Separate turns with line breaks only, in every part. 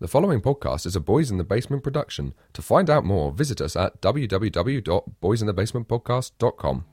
The following podcast is a Boys in the Basement production. To find out more, visit us at www.boysinthebasementpodcast.com.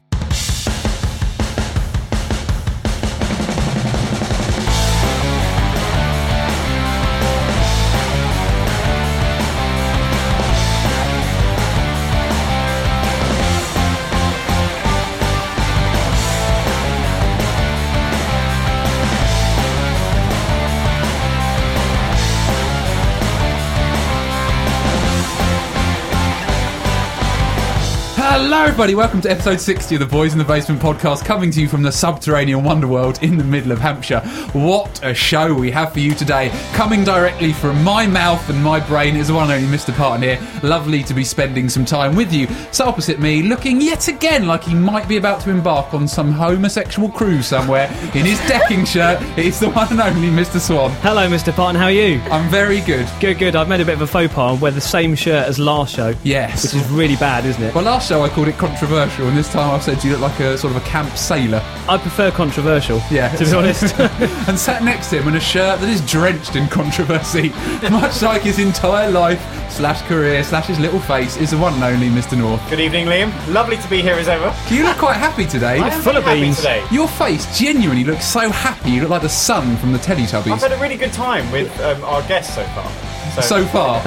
Hello, everybody. Welcome to episode 60 of the Boys in the Basement podcast, coming to you from the subterranean Wonderworld in the middle of Hampshire. What a show we have for you today. Coming directly from my mouth and my brain is the one and only Mr. Parton here. Lovely to be spending some time with you. So, opposite me, looking yet again like he might be about to embark on some homosexual cruise somewhere in his decking shirt, it's the one and only Mr. Swan.
Hello, Mr. Parton. How are you?
I'm very good.
Good, good. I've made a bit of a faux pas. I wear the same shirt as last show.
Yes.
Which is really bad, isn't it?
Well, last show I called it controversial, and this time I've said you look like a sort of a camp sailor.
I prefer controversial.
Yeah.
To be honest.
and sat next to him in a shirt that is drenched in controversy, much like his entire life slash career slash his little face is the one and only Mr. North.
Good evening, Liam. Lovely to be here as ever.
You look quite happy today.
I am
full
very
of
happy
beans.
today.
Your face genuinely looks so happy. You look like the sun from the
I've
Teletubbies.
had a really good time with um, our guests so far. So,
So far,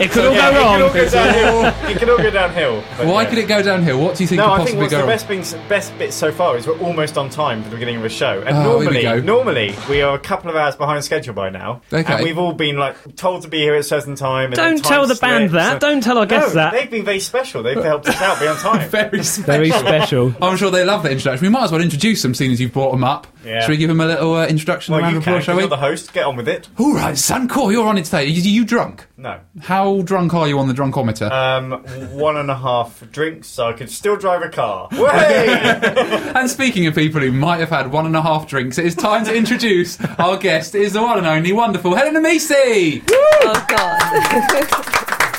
it could all
yeah,
go wrong.
It can all go downhill. it can all go downhill. but
why
yeah.
could it go downhill? What do you think
No,
could
I think
possibly
what's
go
the
wrong?
best, being, best bit so far is we're almost on time for the beginning of the show. And
Ah, here we
normally,
go.
normally we are a couple of hours behind schedule by now.
Okay.
And we've all been like told to be here at a certain time. And
Don't
then time
tell the band
slips,
that.
and-
Don't tell our guests
no,
that.
They've been very special. They've helped us out. Be on time.
Very special.
Very special.
I'm sure they love that introduction. We might as well introduce them, seeing as you've brought them up.
Yeah.
Should we give them a little uh, introduction
well,
round
you
before,
can.
shall
'cause
we?
You're the host. Get on with it.
All right, Sancor, you're on it today. Are you, are you drunk?
No.
How drunk are you on the drunkometer?
Um, one and a half drinks, so I could still drive a car. Way!
And speaking of people who might have had one and a half drinks, it is time to introduce our guest. It is the one and only wonderful Helena Macy.
Oh god.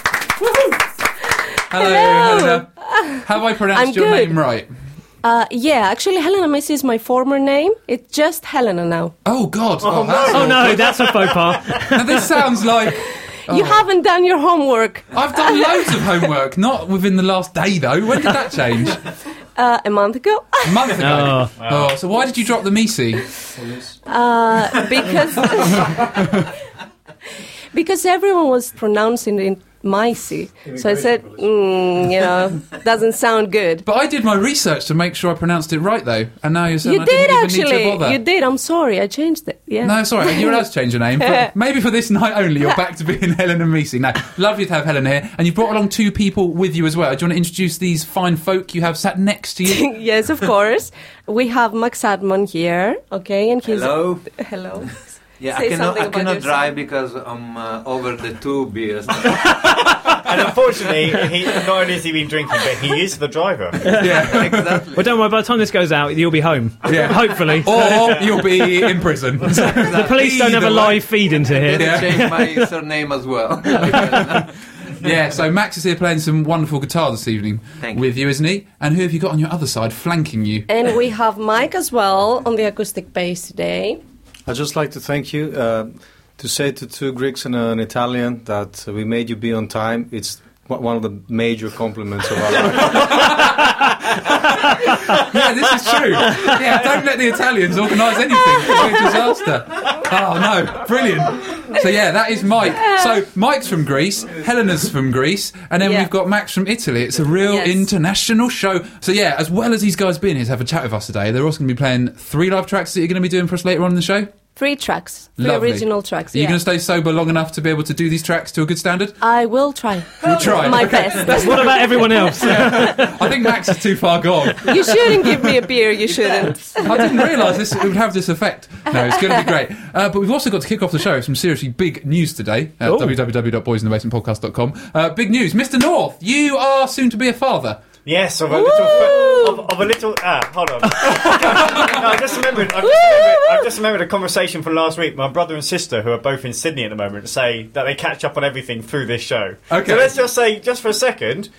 Hello, Helena. Have I pronounced
I'm
your
good.
name right?
Uh, yeah, actually, Helena Messi is my former name. It's just Helena now.
Oh God! Oh,
no.
that's
Oh no,
awkward.
that's a faux pas.
Now, this sounds like
You haven't done your homework
I've done loads of homework. Not within the last day though. When did that change?
uh, a month ago
A month ago.
Oh.
Oh, so why did you drop the Macy?
uh, because because everyone was pronouncing it Macy. So I said, mm, you know, doesn't sound good.
But I did my research to make sure I pronounced it right though, and now you're saying
You
I
did
didn't even
actually.
Need to bother.
You did. I'm sorry. I changed it. Yeah.
No, sorry, you're allowed to change your name. But maybe for this night only, you're back to being Helen and Meese. No, lovely to have Helen here. And you brought along two people with you as well. Do you want to introduce these fine folk you have sat next to you?
yes, of course. We have Max Adman here. Okay, and he's
Hello.
Hello.
Yeah,
Say
I cannot,
something
I
about
cannot
yourself.
drive because I'm uh, over the two beers.
and unfortunately, he, not only has he been drinking, but he is the driver.
Yeah.
exactly.
Well, don't worry. By the time this goes out, you'll be home.
Yeah.
Hopefully.
Or you'll be in prison.
the police don't have a
Either way.
live feed into here.
Did
Yeah.
change my surname as well. Because,
yeah, so Max is here playing some wonderful guitar this evening
Thank you.
with you, isn't he? And who have you got on your other side flanking you?
And we have Mike as well on the acoustic bass today.
I'd just like to thank you uh, to say to two Greeks and an Italian that we made you be on time. It's one one of the major compliments of our life.
Yeah, this is true. Yeah, don't let the Italians organise anything. It'll be a disaster. Oh no, brilliant. So yeah, that is Mike. So Mike's from Greece, Helena's from Greece, and then
Yeah.
we've got Max from Italy. It's a real
Yes.
international show. So yeah, as well as these guys being here to have a chat with us today, they're also going to be playing three live tracks that you're going to be doing for us later on in the show.
Three tracks, three
Lovely.
original tracks.
Are you
Yeah.
going to stay sober long enough to be able to do these tracks to a good standard?
I will try.
We'll try.
My
Okay.
best.
What about everyone else?
I think Max is too far gone.
You shouldn't give me a beer. You shouldn't.
I didn't realise this it would have this effect. No, it's going to be great. Uh, but we've also got to kick off the show with some seriously big news today at
Ooh.
www.boysinthebasementpodcast.com. Uh, big news, Mr. North, you are soon to be a father.
Yes, of a little. Of, of a little. Ah, hold on. no, I just remembered. I just remembered, I just remembered a conversation from last week. My brother and sister, who are both in Sydney at the moment, say that they catch up on everything through this show.
Okay.
So let's just say, just for a second,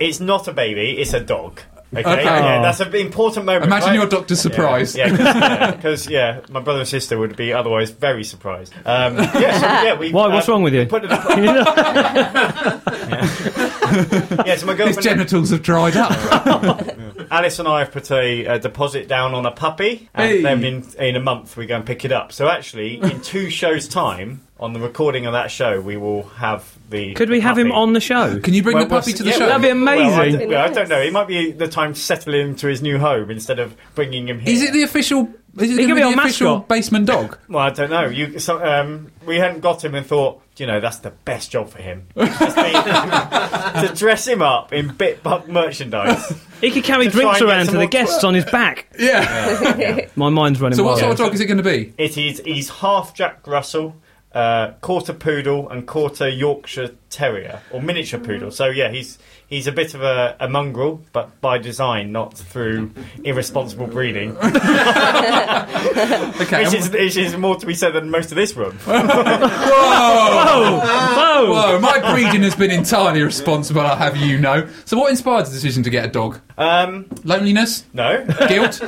it's not a baby. It's a dog. Okay,
Okay.
yeah, that's an important moment.
Imagine
right?
your doctor's surprise.
Yeah, because yeah, my brother and sister would be otherwise very surprised. Um, yeah, so, yeah, we.
Why? What's
uh,
wrong with you?
Put it up. yeah, so my
His
girlfriend
genitals have dried up.
Alice and I have put a, uh deposit down on a puppy, and
Hey.
then in, in a month we go and pick it up. So actually, in two shows' time, on the recording of that show, we will have the.
Could we have him
puppy.
on the show?
Can you bring
Well,
the puppy
we'll-
to the
yeah,
show?
That'd be
Well, I,
amazing.
don't, well, I don't know. It might be the time to settle him to his new home instead of bringing him here.
Is it the official? Is it
He
going to
could
be
be
the
our
official
mascot.
basement dog?
Well, I don't know. You, so, um, we hadn't got him and thought, you know, that's the best job for him. Just be- to dress him up in Bitbuck merchandise.
He could carry
To try
drinks
and get
around
some
to the
more-
guests on his back.
Yeah.
My mind's running
So what
wild.
sort of dog is it going to be?
It is. He's half Jack Russell, uh, quarter poodle, and quarter Yorkshire Terrier or miniature poodle. So yeah, he's he's a bit of a, a mongrel, but by design, not through irresponsible breeding,
Okay.
which
and-
is, which is more to be said than most of this room.
Whoa!
Whoa!
Whoa! My breeding has been entirely responsible. I have you know. So what inspired the decision to get a dog?
Um,
Loneliness,
no,
guilt.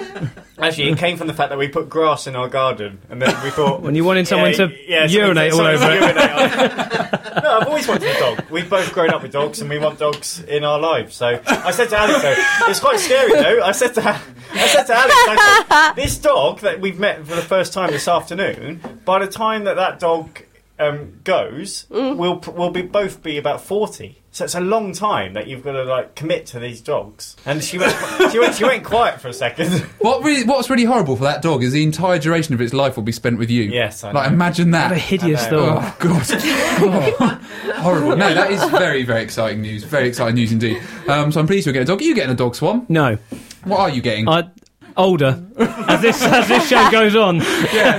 actually, it came from the fact that we put grass in our garden, and then we thought
When you wanted someone to
someone
urinate all
someone
over
to
it.
urinate on- no, I've always wanted a dog. We've both grown up with dogs, and we want dogs in our lives. So I said to Alex, though, it's quite scary, though. I said to, I said to Alex, I said, this dog that we've met for the first time this afternoon. By the time that that dog um, goes, we'll pr- we'll be both be about forty. So it's a long time that you've got to like commit to these dogs. And she went, she went, she went quiet for a second.
What really, what's really horrible for that dog is the entire duration of its life will be spent with you.
Yes, I
like
know.
imagine that.
What a hideous
I know.
thought.
Oh god! Oh, horrible. No, that is very, very exciting news. Very exciting news indeed. Um, so I'm pleased you're getting a dog. Are you getting a dog, Swan?
No,
What are you getting?
I older as this as this show goes on.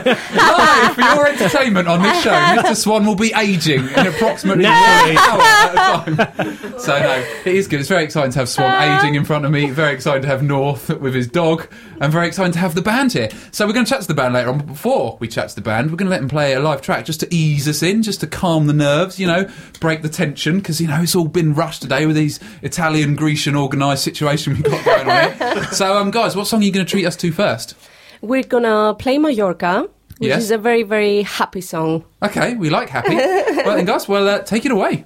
Live for your entertainment on this show, Mr. Swan will be aging in approximately one hour at a time. So no, it is good. It's very exciting to have Swan aging in front of me. Very exciting to have North with his dog, and very exciting to have the band here. So we're going to chat to the band later on. But before we chat to the band, we're going to let them play a live track just to ease us in, just to calm the nerves, you know, break the tension because you know it's all been rushed today with these Italian Grecian organised situation we have got going on. Here. So um, guys, what song are you going to treat us to first?
We're gonna play Mallorca, which
Yeah.
is a very, very happy song.
Okay, we like happy. well then, guys, well, uh, take it away.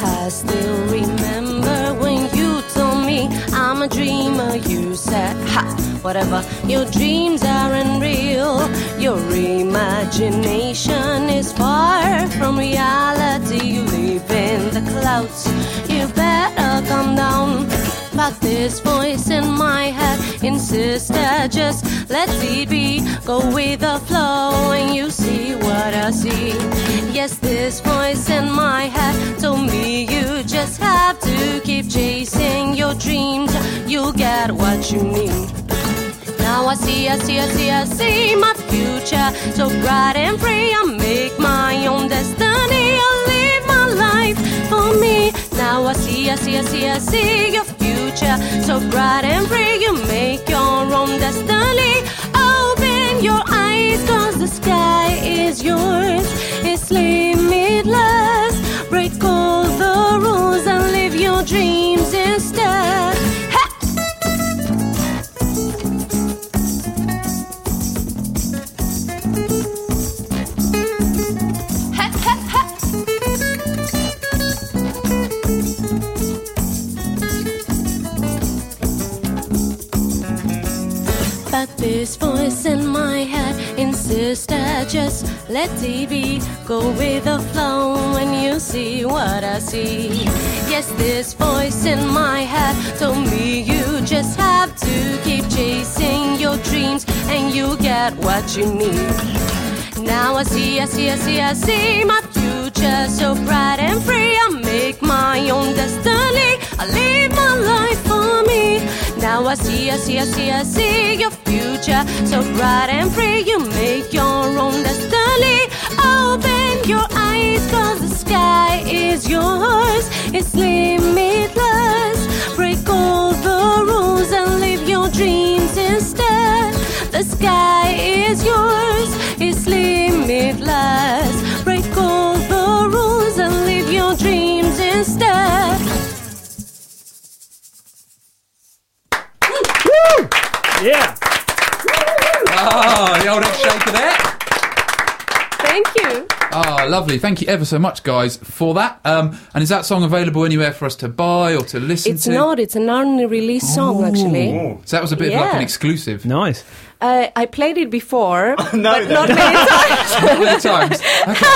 I still remember when you told me I'm a dreamer. You said, Ha, whatever, your dreams aren't real. Your imagination is far from reality. You live in the clouds. You better come down. But this voice in my head insisted, just let it be. Go with the flow and you see what I see. Yes, this voice in my head told me you just have to keep chasing your dreams. You'll get what you need. Now I see, I see, I see, I see my future so bright and free. I make my own destiny. I live my life for me. Now I see, I see, I see, I see your future so bright and free. You make your own destiny. Open your eyes, cause the sky is yours. It's limitless. Break all the rules and live your dreams instead. Hey! But this voice in my head insists I just let TV go with the flow when you see what I see. Yes, this voice in my head told me you just have to keep chasing your dreams and you get what you need. Now I see, I see, I see, I see my future so bright and free. I make my own destiny. I live my life for me. I see, I see, I see, I see your future so bright and free. You make your own destiny. Open your eyes, cause the sky is yours. It's limitless. Break all the rules and live your dreams instead. The sky is yours, it's limitless. Break all the rules and live your dreams instead.
Yeah.
Ah, the old head shaker there.
Thank you.
Ah, lovely. Thank you ever so much, guys, for that. Um, and is that song available anywhere for us to buy or to listen
It's
to?
not, it's an only release song actually.
So that was a bit of like an
Yeah.
exclusive.
Nice.
Uh, I played it before,
No,
but
no.
not many times.
Not many times. Okay.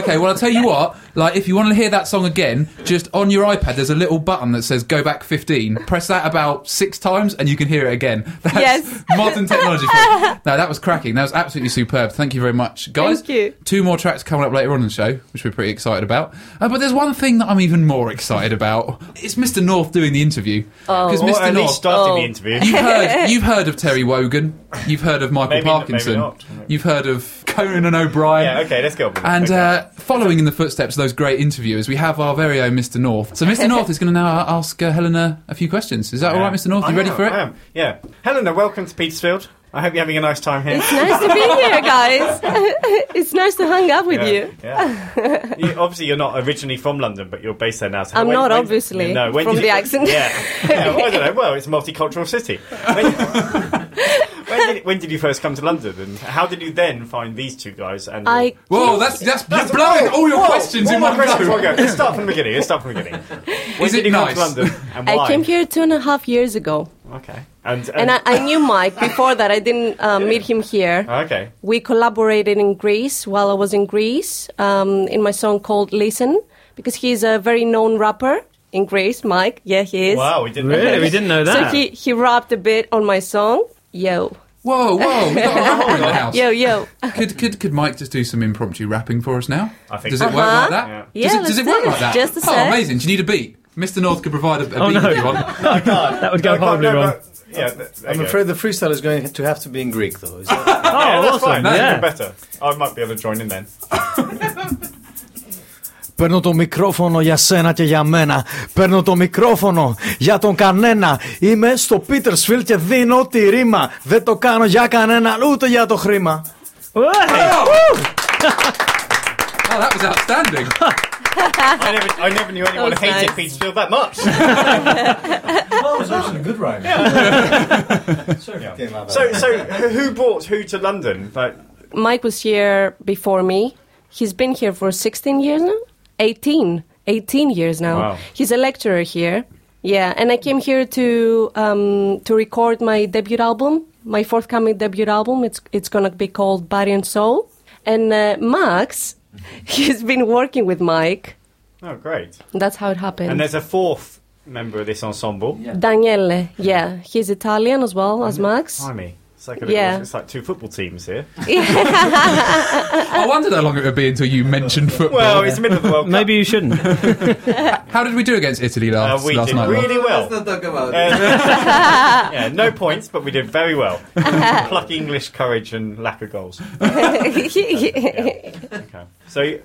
okay. Well, I'll tell you what. Like, if you want to hear that song again, just on your iPad, there's a little button that says "Go Back 15." Press that about six times, and you can hear it again. That's
Yes.
modern technology. for you. No, that was cracking. That was absolutely superb. Thank you very much, guys.
Thank you.
Two more tracks coming up later on in the show, which we're pretty excited about. Uh, but there's one thing that I'm even more excited about. It's Mr. North doing the interview. Because
Oh. Or
Mr.
at least
North.
starting the
Oh.
interview.
You've heard, you've heard of Terry Wogan. You've heard of Michael
Maybe not- maybe
Parkinson.
not.
You've heard of Conan O'Brien.
yeah, okay, let's go. with it.
And
Okay.
uh, following in the footsteps of those great interviewers, we have our very own Mr. North. So Mr. North is going to now ask uh, Helena a few questions. Is that all right, Mr. North?
I
You ready
am,
for it?
I am. Yeah. Helena, welcome to Petersfield. I hope you're having a nice time here.
It's nice to be here, guys. it's nice to hang out with
Yeah,
you.
yeah. You- Obviously, you're not originally from London, but you're based there now. So
I'm not, obviously, from
did
the
you-
accent.
Yeah, yeah well, I don't know. Well, it's a multicultural city. When, when, did, when did you first come to London, and how did you then find these two guys? And
I
Whoa, that's, that's, you're blowing all your
Whoa,
questions
all
in
my
one
questions
go.
in one Let's start from the beginning. Let's start from the beginning. When
Is
did
it
you
nice?
come to London, and why?
I came here two and a half years ago,
Okay. And,
and I, I knew Mike before that. I didn't uh, meet him here.
okay.
We collaborated in Greece while I was in Greece um, in my song called Listen, because he's a very known rapper in Greece, Mike. Yeah, he is.
Wow, we didn't.
Really? We didn't know
So
that.
he, he rapped a bit on my song. Yo,
Whoa, whoa, we've got a rapper in the Oh, house.
yo, yo.
Could, could, could Mike just do some impromptu rapping for us now?
I think
Does
so.
it work like
Uh-huh.
that?
Yeah.
Yeah,
does it,
let's
does it
do
work
it.
like that?
Just a
oh,
sec.
amazing. Do you need a beat? Mr. North could provide a, a
Oh,
beat
no.
if you want.
That would go horribly
no,
wrong.
but- yeah, th-
I'm
okay.
afraid the freestyle is going to have to be in Greek, though. Is
Oh,
that-
Yeah, that's
awesome.
fine. That's even
Yeah.
better. I might be able to join in then.
Παίρνω το μικρόφωνο για σένα και για μένα. Παίρνω το μικρόφωνο για τον κανένα. Είμαι στο Petersfield και δίνω τη ρήμα. Δεν το κάνω για κανέναν ούτε για το χρήμα.
Wow.
Oh, that was outstanding.
I never, I never knew anyone
was
hated
nice.
Petersfield that much.
that was actually a good rhyme.
so, so who brought who to London? Like,
Mike was here before me. He's been here for 16 years now? 18. 18 years now.
Wow.
He's a lecturer here. Yeah, and I came here to um, to record my debut album, my forthcoming debut album. It's it's gonna be called Body and Soul. And uh, Max, he's been working with Mike.
oh, great.
That's how it happened.
And there's a fourth member of this ensemble. Yeah.
Daniele, yeah, he's Italian as well as Max.
Blimey. It's like, a
Yeah.
little, it's like two football teams here.
I wondered how long it would be until you mentioned football.
Well, it's the middle of the World Cup.
Maybe you shouldn't.
How did we do against Italy
Uh,
last,
we
last
did
night? Rob?
really well.
Let's not talk about
Uh,
it.
yeah, no points, but we did very well. Pluck English courage and lack of goals. Okay. So, you-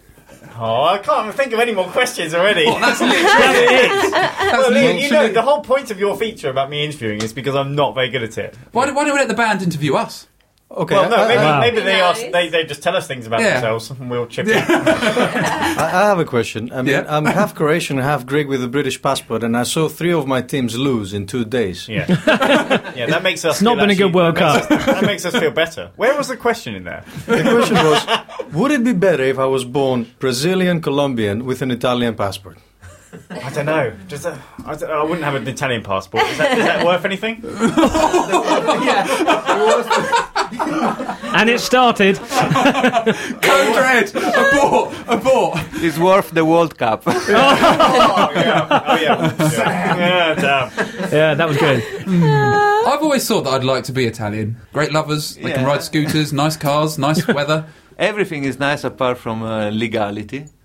oh, I can't think of any more questions already.
That's literally
well, Liam, you know,
literally-
the whole point of your feature about me interviewing is because I'm not very good at it.
Why, do- why don't we let the band interview us?
Okay,
Well, no,
I-
maybe,
I,
Wow.
maybe they,
Nice.
ask, they they just tell us things about
Yeah.
themselves and we'll chip in.
I I have a question. I mean,
Yeah.
I'm half Croatian, half Greek with a British passport, and I saw three of my teams lose in two days.
Yeah, yeah, that makes us.
It's not
feel
been a good
actually-
World
that
Cup.
makes- that makes us feel better. Where was the question in there?
The question was, would it be better if I was born Brazilian Colombian with an Italian passport?
I don't know. Does that, I, don't- I wouldn't have an Italian passport. Is that, is that worth anything?
And it started.
Code Red! Abort! Abort!
It's worth the World Cup.
Oh yeah. Oh yeah. Yeah, yeah damn.
Yeah, that was good.
I've always thought that I'd like to be Italian. Great lovers, they can
Yeah.
ride scooters, nice cars, nice weather.
Everything is nice apart from uh, legality.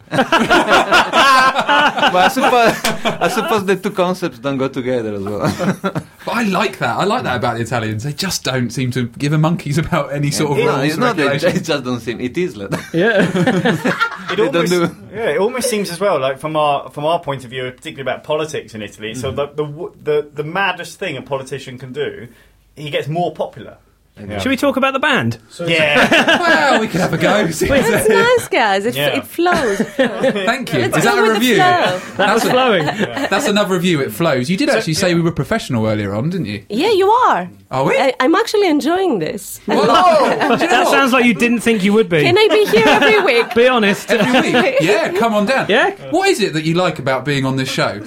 But I suppose, I suppose the two concepts don't go together as
Oh,
well.
But I like that. I like that about the Italians. They just don't seem to give a monkeys about any sort of
No,
rules.
it's
and
not that
regulations.
they just don't seem. It is like
Oh,
that.
Yeah.
It
They don't
almost,
do-
yeah, it almost seems as well like from our from our point of view, particularly about politics in Italy.
Mm-hmm.
So the, the w- the the maddest thing a politician can do, he gets more popular. Yeah.
Should we talk about the band?
Yeah,
well, we can have a go. See what's
It's
there.
nice, guys. It,
Yeah.
it flows.
Thank you.
Let's
Is
go
that a
with the
review?
flow.
That was
a-
flowing.
That's another review. It flows. You did actually say we were professional earlier on, didn't you?
yeah, you are.
Are we?
I, I'm actually enjoying this.
Whoa! Do you know
That
Oh.
what?
sounds like you didn't think you would be.
Can I be here every week?
Be honest.
Every week. Yeah, come on down.
Yeah.
What is it that you like about being on this show?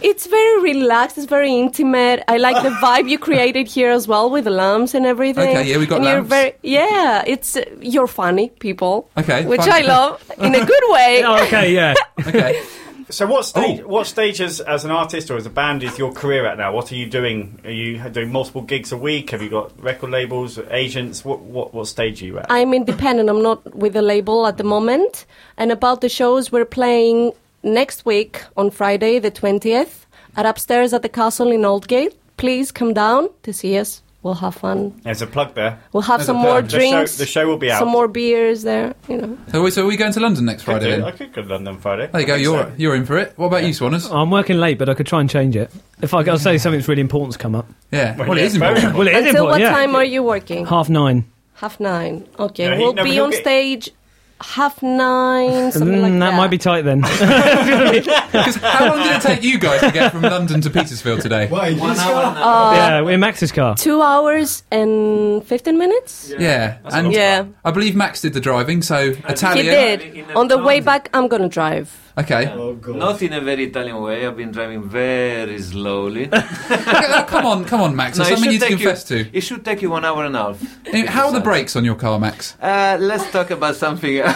It's very relaxed. It's very intimate. I like the vibe you created here as well with the lamps and everything.
Okay, yeah, we got
and You're
lamps.
very, yeah, it's uh, you're funny people.
Okay,
which
fine.
I love in a good way.
Oh, okay, yeah.
Okay.
So what stage?
Oh.
What stage as, as an artist or as a band is your career at now? What are you doing? Are you doing multiple gigs a week? Have you got record labels, agents? What what, what stage are you at?
I'm independent. I'm not with a label at the moment. And about the shows, we're playing next week on Friday, the 20th, at upstairs at the castle in Oldgate. Please come down to see us. We'll have fun.
There's a plug there.
We'll have some
a
more
plan.
The show,
drinks.
the show will be out.
Some more beers there, you know.
So, we- so are we going to London next
I could
Friday
do-
then?
I could go to London Friday.
There you go.
I think
You're
so.
you're in for it. What about you, Swanners?
Oh, I'm working late, but I could try and change it. If I, I'll say something's really important to come up.
Yeah. Well, it
yeah,
is
very
important.
Well, it is
Until
important,
what
yeah.
time are you working?
Half nine.
Half nine. Okay,
No, he-
we'll
no, but
be
he'll
on
get-
stage half nine, something
Mm,
like
that,
that.
might be tight then.
'Cause how long did it take you guys to get from London to Petersfield today?
Uh,
yeah, we're in Max's car.
two hours and fifteen minutes.
Yeah. And
Yeah,
I believe Max did the driving, so
he
Italian.
did. On the way back, I'm gonna drive.
Okay.
Oh. Not in a very Italian way. I've been driving very slowly.
Oh, come on, come on, Max. There's
it
something
should
you need to
take
confess to.
It should take you one hour and a half.
Anyway, How are the brakes on your car, Max?
Uh, let's talk about something. else.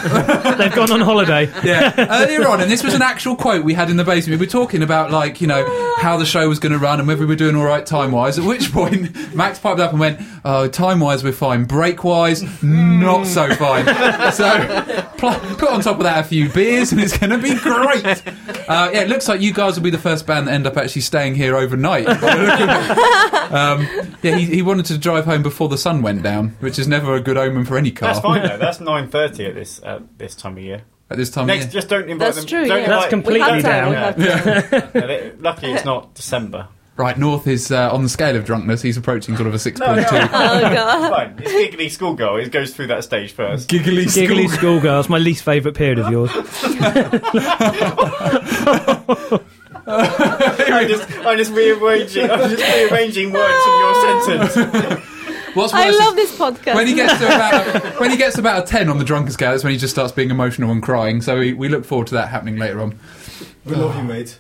They've gone on holiday.
Yeah. Earlier on, and this was an actual quote we had in the basement. We were talking about like you know how the show was going to run and whether we were doing all right time wise. At which point, Max piped up and went, "Oh, time wise, we're fine. Break wise, not so fine." So pl- put on top of that a few beers, and it's going to be great. Uh, yeah, it looks like you guys will be the first band that end up actually staying here overnight. um, yeah, he, he wanted to drive home before the sun went down, which is never a good omen for any car
That's fine though. That's nine thirty at this at this time of year.
at this time. of
Next,
year.
just don't invite
That's
them.
true.
Don't
yeah.
invite-
That's completely
we have time,
down.
we have time.
Yeah, they- lucky it's not December.
Right, North is uh, on the scale of drunkenness. He's approaching sort of a six
No,
point two.
Oh god.
Fine. It's giggly schoolgirl. It goes through that stage first.
Giggly
Giggly schoolgirls, my least favourite period of yours.
I'm just, I'm just rearranging. I'm just rearranging words in your sentence.
What's
I
worse
love
is
this podcast.
when he gets to about when he gets to about a ten on the drunken scale, that's when he just starts being emotional and crying. So we, we look forward to that happening later on.
We love you, mate.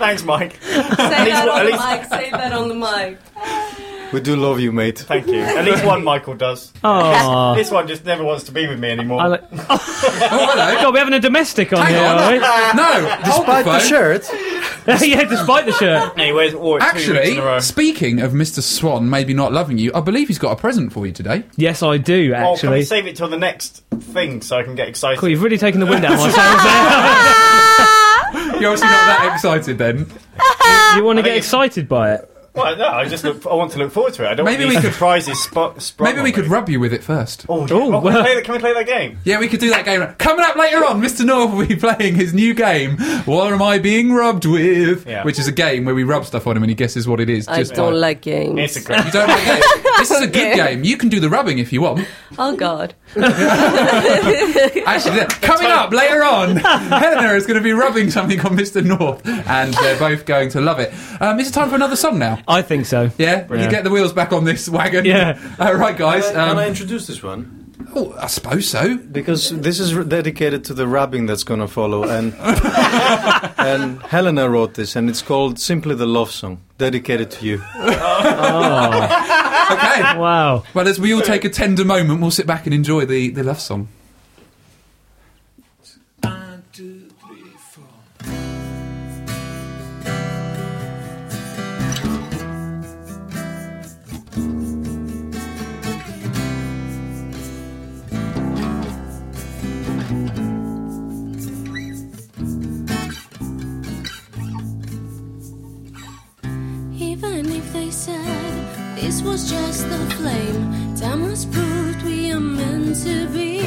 Thanks, Mike.
say
least-
that on
at
the
least-
mic. Say that on the mic.
We do love you, mate.
Thank you. At least one Michael does.
Oh,
This one just never wants to be with me anymore.
I like.
Oh hello.
God, we're having a domestic on
Hang
here,
on.
are
No,
Despite the
hold phone.
shirt,
we? yeah, despite the shirt.
And he wears wore it two weeks in a row.
Actually, speaking of Mr. Swan maybe not loving you, I believe he's got a present for you today.
Yes, I do
Oh, can
actually.
we save it till the next thing so I can get excited?
Cool, you've really taken the wind out of my sails there.
You're obviously not that excited then.
You want to
think
get
it's-
excited by it?
Well, no, I just look, I want to look forward to it. I don't
Maybe
want
we
any
could-
surprises spot. sprung
Maybe we
on
could
me.
rub you with it first.
Oh, yeah.
Ooh,
Oh, can,
well.
we play, that- can we play that game?
Yeah, we could do that game. Coming up later on, Mr. North will be playing his new game, What Am I Being Rubbed With?
Yeah.
Which is a game where we rub stuff on him and he guesses what it is.
I
just
don't
by-
like games.
It's a great.
You don't like games. This is a good
Okay.
game. You can do the rubbing if you want.
Oh god.
Actually, th- coming up later on, Helena is going to be rubbing something on Mr. North and they're both going to love it. Um, is it time for another song now?
I think so.
Yeah, you get the wheels back on this wagon.
Yeah.
All right, guys.
Can I- can I
Um,
introduce this one?
oh, I suppose so.
Because this is dedicated to the rubbing that's going to follow, and and Helena wrote this, and it's called simply the love song, dedicated to you.
Okay.
Wow.
Well, as we all take a tender moment, we'll sit back and enjoy the, the love song.
this was just a flame. Time has proved we are meant to be.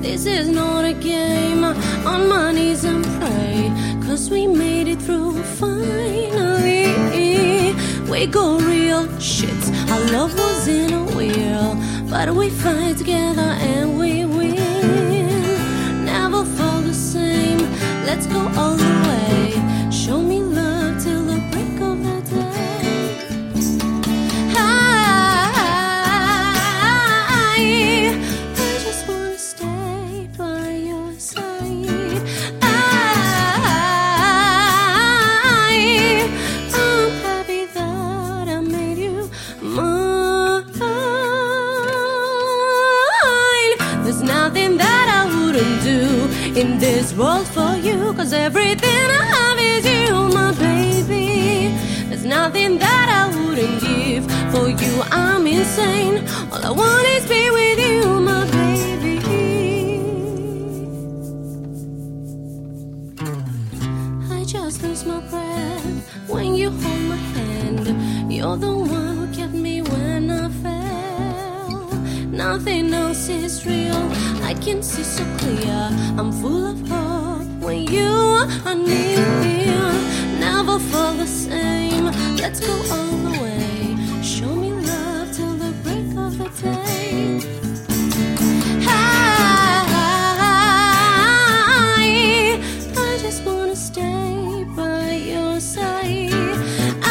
This is not a game. On my knees and pray, cause we made it through finally. We go real shit. Our love was in a wheel, but we fight together and we win. Never fall the same. Let's go all the way. Show me love till the break of the day. I, I just wanna stay by your side. I, I'm happy that I made you mine. There's nothing that I wouldn't do in this world for you, cause everything I have is you, my baby. There's nothing that I wouldn't give for you. I'm insane. All I want is be with you, my baby. I just lose my breath when you hold my hand. You're the one who kept me when I fell. Nothing else is real. I can see so clear. I'm full of hope when you are near. Never fall the same. Let's go all the way. Show me love till the break of the day. I, I just wanna stay by your side. I,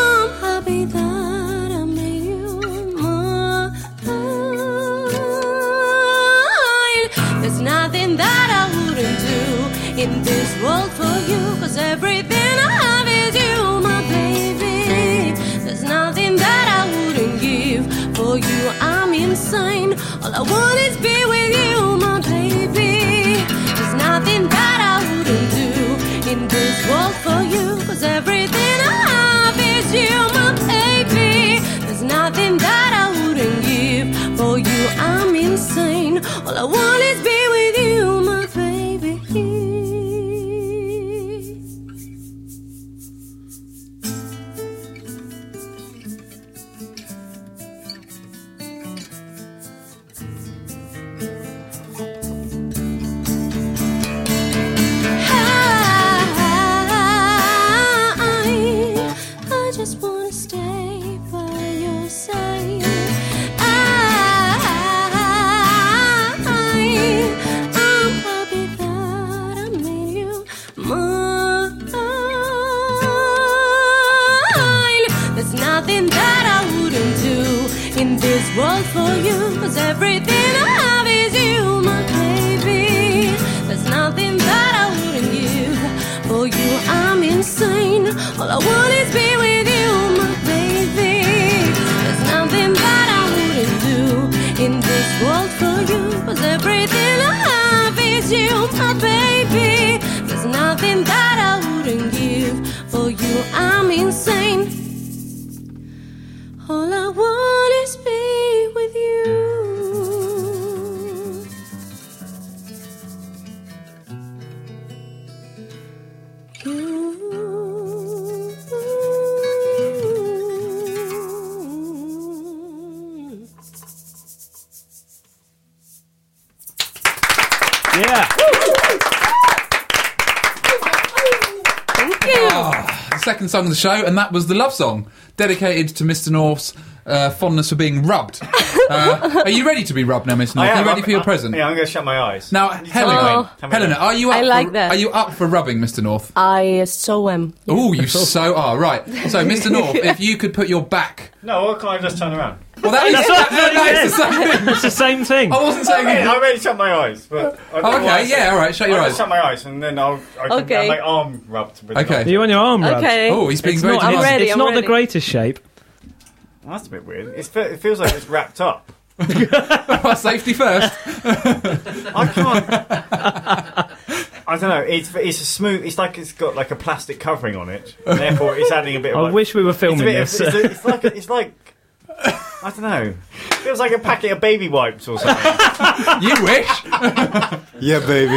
I'm happy that I made you mine. There's nothing that I wouldn't do in this world for you, cause everything I have is you, my baby. There's nothing that I wouldn't give for you. I'm insane. All I want is be with you, my baby. There's nothing that I wouldn't do in this world for you. Cause everything I have is you, my baby. There's nothing that I wouldn't give for you. I'm insane. All I want is be with you, my baby. I, I just wanna stay by your side. I, I'm happy that I made you mine. There's nothing that I wouldn't do in this world for you, 'cause everything I have is you, my baby. There's nothing that I wouldn't give for you. I'm insane. All I want is be with you, my baby. There's nothing that I wouldn't do in this world for you. Cause everything I have is you, my baby. There's nothing that I wouldn't give for you. I'm insane. All I want is be with you. You.
Yeah.
The second song of the show, and that was the love song dedicated to Mr. North's uh, fondness for being rubbed. Uh, are you ready to be rubbed now, Miss North? Are you ready for your
I-
present?
Yeah, I'm going to shut my eyes.
Now,
Oh.
Helena,
Tell me
Helena,
when.
are you up?
I like
for,
that.
Are you up for rubbing, Mr. North?
I so am.
Oh, you so are right. So, Mr. North, if you could put your back.
No, or can I just turn around?
Well, that is,
That's
that,
what-
that is the same thing.
It's the same thing.
Oh.
I wasn't saying.
I already shut my eyes. But I don't know why I
okay,
said-
yeah, all right. Shut your
I'll
eyes.
just shut my eyes and then I'll. I can,
Okay.
okay. My arm rubbed. With
Okay.
Are you on your arm, Rob?
Okay.
Oh, he's being
It's
very
not,
I'm
demanding.
ready,
it's
I'm
not the
ready.
greatest shape.
That's a bit weird. It's, fe- it feels like it's wrapped up.
Safety first.
I can't. I don't know. It's it's a smooth. It's like it's got like a plastic covering on it, and therefore it's adding a bit. Of
I
like,
wish we were
it's, a
filming
bit of-
this.
it's, a- it's like it's like I don't know. Feels like a packet of baby wipes or something.
You wish.
Yeah, baby.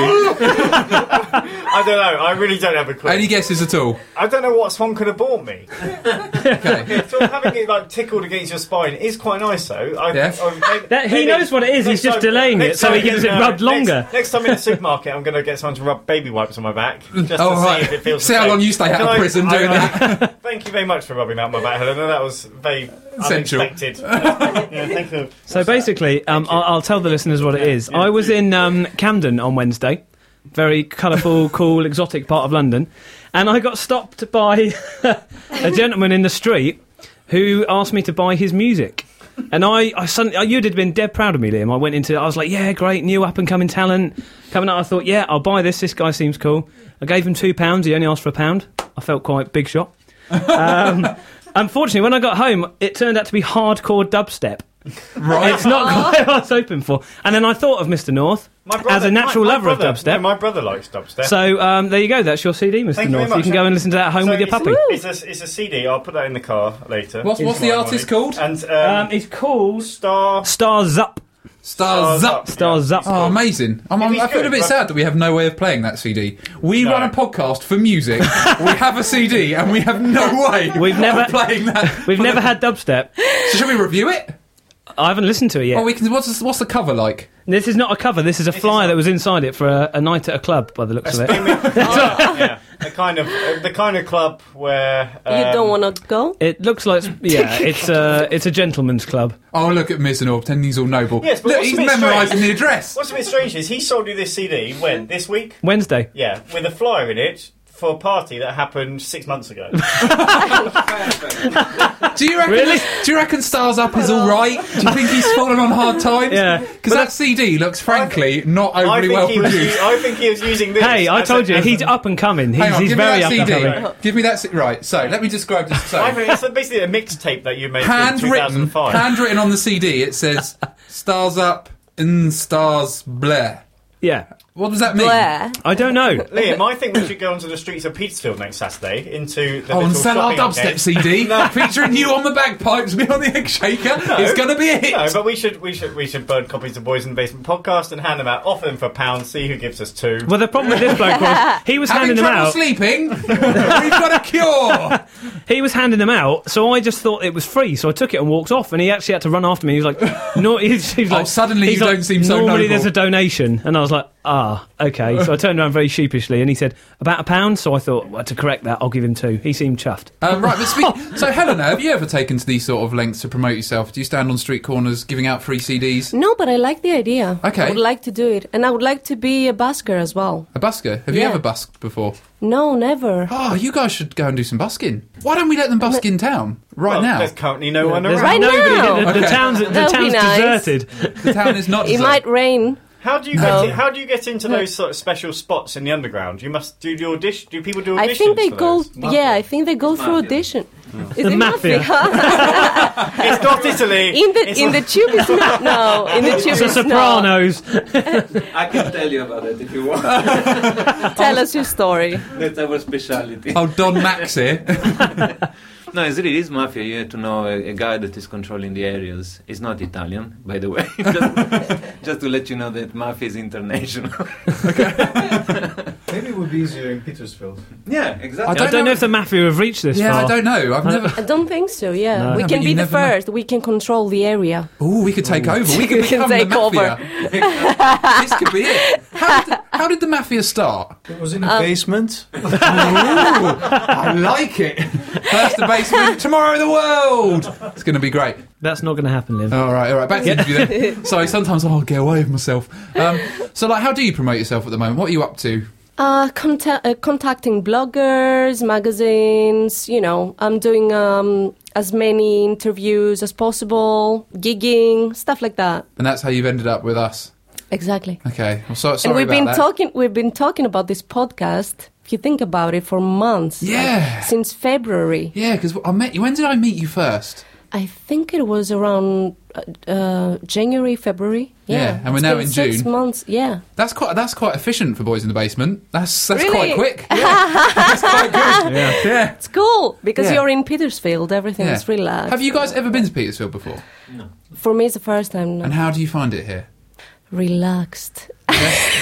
I don't know. I really don't have a clue.
Any guesses at all?
I don't know what Swan could have bought me. okay. So having it like tickled against your spine is quite nice, though. I,
Yeah.
maybe-
That- he
maybe
knows what it is, he's
next
just delaying it
next
so he
time
gets
in, uh,
it rubbed
next-
longer.
Next, time in the supermarket, I'm going to get someone to rub baby wipes on my back just to
Oh, right.
see if it feels.
See
the
how
same.
long you stay out
Can
of
I-
prison
I-
doing
I-
that.
Thank you very much for rubbing out my back, Helena. That was very
Essential.
unexpected. yeah, thank you.
So basically, um, I'll, I'll tell the listeners what it is. I was in um, Camden on Wednesday, very colourful, cool, exotic part of London, and I got stopped by a gentleman in the street who asked me to buy his music. And I, I suddenly, you'd have been dead proud of me, Liam. I went into, I was like, yeah, great, new up and coming talent coming out. I thought, yeah, I'll buy this. This guy seems cool. I gave him two pounds. He only asked for a pound. I felt quite big shot. Um, unfortunately, when I got home, it turned out to be hardcore dubstep.
Right.
It's not quite what I was hoping for. And then I thought of Mr. North
Oh. My brother-
as a natural
my- my
lover
brother-
of dubstep.
no, my brother likes dubstep.
so um, there you go. That's your CD, Mr.
Thank you very
North. You,
much.
can go and listen to that at home
So
with your
it's-
puppy.
It's a, it's a CD. I'll put that in the car later.
What's- what's the
Tomorrow
artist
morning.
called?
And
Um,
um,
it's called
Star.
Stars Up.
Stars up.
Stars Up.
Oh, amazing. I'm, I'm,
He's
I feel
good,
a bit
but-
sad that we have no way of playing that CD. We
No.
run a podcast for music, we have a CD, and we have no way
We've
of
never-
playing that.
We've never had dubstep.
So should we review it?
I haven't listened to it yet.
Well, Oh, we can, what's, the- what's the cover like?
This is not a cover. This is a flyer that was inside it for a, a night at a club, by the looks of it.
yeah, the kind of uh, the kind of club where um,
you don't want to go?
It looks like yeah, it's a it's a gentleman's club.
Oh, look at Mizenor, pretending he's all noble.
Yes, but
look,
what's
he's
a bit
memorising
strange-
the address.
What's a bit strange is he sold you this CD when this week.
Wednesday.
Yeah, with a flyer in it for a party that happened six months ago.
Do you reckon?
Really?
Do you reckon Stars Up is all right? Do you think he's fallen on hard times?
Yeah.
Because that CD looks, frankly, not
I
overly
think
well
he was.
produced.
u- I think he was using this.
Hey, I
as a-
told you
as a-
he's up and coming. He's,
Hang on,
he's
give
very up
me
and
that
coming.
CD. Give me that. C- Right. So let me describe this.
I
So
mean, it's basically a mixtape that you made in
handwritten,
2005.
handwritten on the CD. It says "Stars Up and Stars Blair."
Yeah,
What does that mean?
Blair.
I don't know.
Liam, I think we should go onto the streets of Petersfield next Saturday into the
Oh, and
little
sell our
shopping
dubstep
arcade.
CD featuring you on the bagpipes, me on the egg shaker. It's going to be a hit.
No, but we should we should we should burn copies of Boys in the Basement podcast and hand them out, offer them for pounds, see who gives us two.
Well, the problem with this bloke was he was
Having
handing them
trouble
out.
sleeping? We've got a cure.
He was handing them out, so I just thought it was free. So I took it and walked off. And he actually had to run after me. He was like, "No." He's, he's
Oh,
like,
suddenly
he's
you
like,
don't seem so
Normally,
noble."
there's a donation, and I was like, "Ah, okay." So I turned around very sheepishly, and he said, "About a pound." So I thought, well, to correct that, I'll give him two. He seemed chuffed.
Um, right, but
Oh.
speak- so Helena, have you ever taken to these sort of lengths to promote yourself? Do you stand on street corners giving out free CDs?
No, but I like the idea.
Okay.
I would like to do it. And I would like to be a busker as well.
A busker? Have you
Yeah.
ever busked before?
No, never.
Oh, you guys should go and do some busking. Why don't we let them busk in town right
Well,
now?
There's currently no one
There's
around.
Right
nobody-
now.
The, the
Okay.
town's, the
That'll be
town's
nice.
deserted.
The town is not.
It might rain.
How do you get in, how do you get into those sort of special spots in the underground? You must do your audition. Do people do auditions?
I think they
for
go.
those?
Yeah, I think they go through audition. Is
The
it
mafia.
mafia?
It's not Italy.
in the
It's
in the
not-
tube is not. No, in the tube
It's the
is not.
Sopranos.
I can tell you about it if you want.
Tell us your story.
That's our speciality.
Oh, Don Max here.
No, it's really is mafia. You have to know a, a guy that is controlling the areas. It's not Italian, by the way. just, just to let you know that mafia is international.
Maybe it would be easier in Petersfield.
yeah, exactly.
I don't know if the mafia have reached this
yeah,
far.
I don't know. I've never.
I don't think so. Yeah, we
No,
can
but
be
you
the
never know.
first. We can control the area.
Oh, we could take over. We could
We can
become
take
the mafia. this could be it. How did, how did the mafia start?
It was in a basement.
I like it. First the basement, tomorrow the world. It's going to be great.
That's not going to happen, Liv.
All right, all right. Back to the interview then. Sorry, sometimes I'll get away with myself. Um, so, like, how do you promote yourself at the moment? What are you up to?
Uh, conta- uh, contacting bloggers, magazines. You know, I'm doing um, as many interviews as possible, gigging, stuff like that.
And that's how you've ended up with us.
Exactly.
Okay. I'm so, sorry
and we've
about
been
that.
talking. We've been talking about this podcast. If you think about it, for months. like,
Yeah.
since February.
Yeah, because I met you. When did I meet you first?
I think it was around uh, uh, January, February. Yeah,
Yeah, and we're
It's
now
been
in
six
June.
months. Yeah,
That's quite that's quite efficient for boys in the basement. That's that's
Really?
quite quick. Yeah. that's quite good. Yeah.
it's cool because
Yeah.
you're in Petersfield. Everything
Yeah.
is relaxed.
Have you guys ever been to Petersfield before?
For me, it's the first time. now.
And how do you find it here?
Relaxed,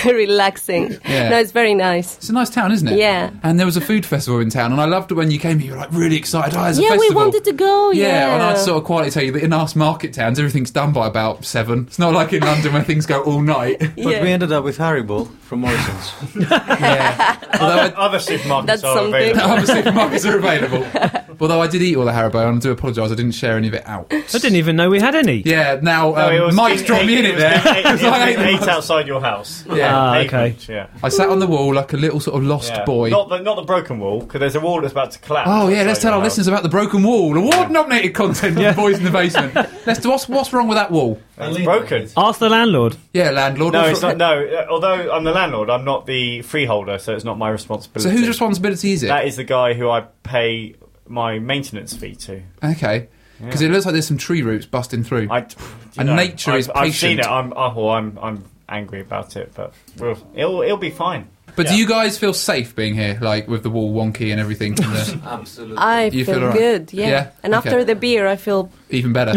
relaxing.
Yeah.
No, it's very nice.
It's a nice town, isn't it?
Yeah.
And there was a food festival in town, and I loved it when you came here. You were like really excited. Oh, there's a
yeah, we
festival.
wanted to go. Yeah,
and I'd sort of quietly tell you that in us market towns, everything's done by about seven. It's not like in London where things go all night.
But
Yeah.
we ended up with Haribo from Morrison's.
Yeah.
Other, other supermarkets
That's
are
something.
available.
Other supermarkets are available. Although I did eat all the Haribo, and I do apologise, I didn't share any of it out.
I didn't even know we had any.
Yeah, now
No,
um,
it was
Mike's
in
dropped
eight-
me in
it
it
was
there.
eight-
'cause
it was
I ate
in
them.
eight outside your house.
Yeah.
Ah, okay.
Pavement, yeah.
I sat on the wall like a little sort of lost
Yeah.
boy.
Not the, not the broken wall, because there's a wall that's about to collapse.
Oh yeah,
outside
let's tell
your
our
house.
listeners about the broken wall. Award-nominated content on Boys in the Basement. Let's do what's what's wrong with that wall?
It's broken.
Ask the landlord.
Yeah, landlord.
No,
what's
it's
wrong-
not. No, uh, although I'm the landlord, I'm not the freeholder, so it's not my responsibility.
So whose responsibility is it?
That is the guy who I pay my maintenance fee to.
okay, because it looks like there's some tree roots busting through.
I, do you
And
know,
nature
I've,
is
I've seen it.
patient.
I'm, oh, well, I'm, I'm angry about it, but we'll, it'll, it'll be fine.
but do
yeah.
you guys feel safe being here, like with the wall wonky and everything? from the-
Absolutely.
I
You
feel,
feel alright?
good. Yeah,
Yeah?
and
Okay.
after the beer, I feel
even better.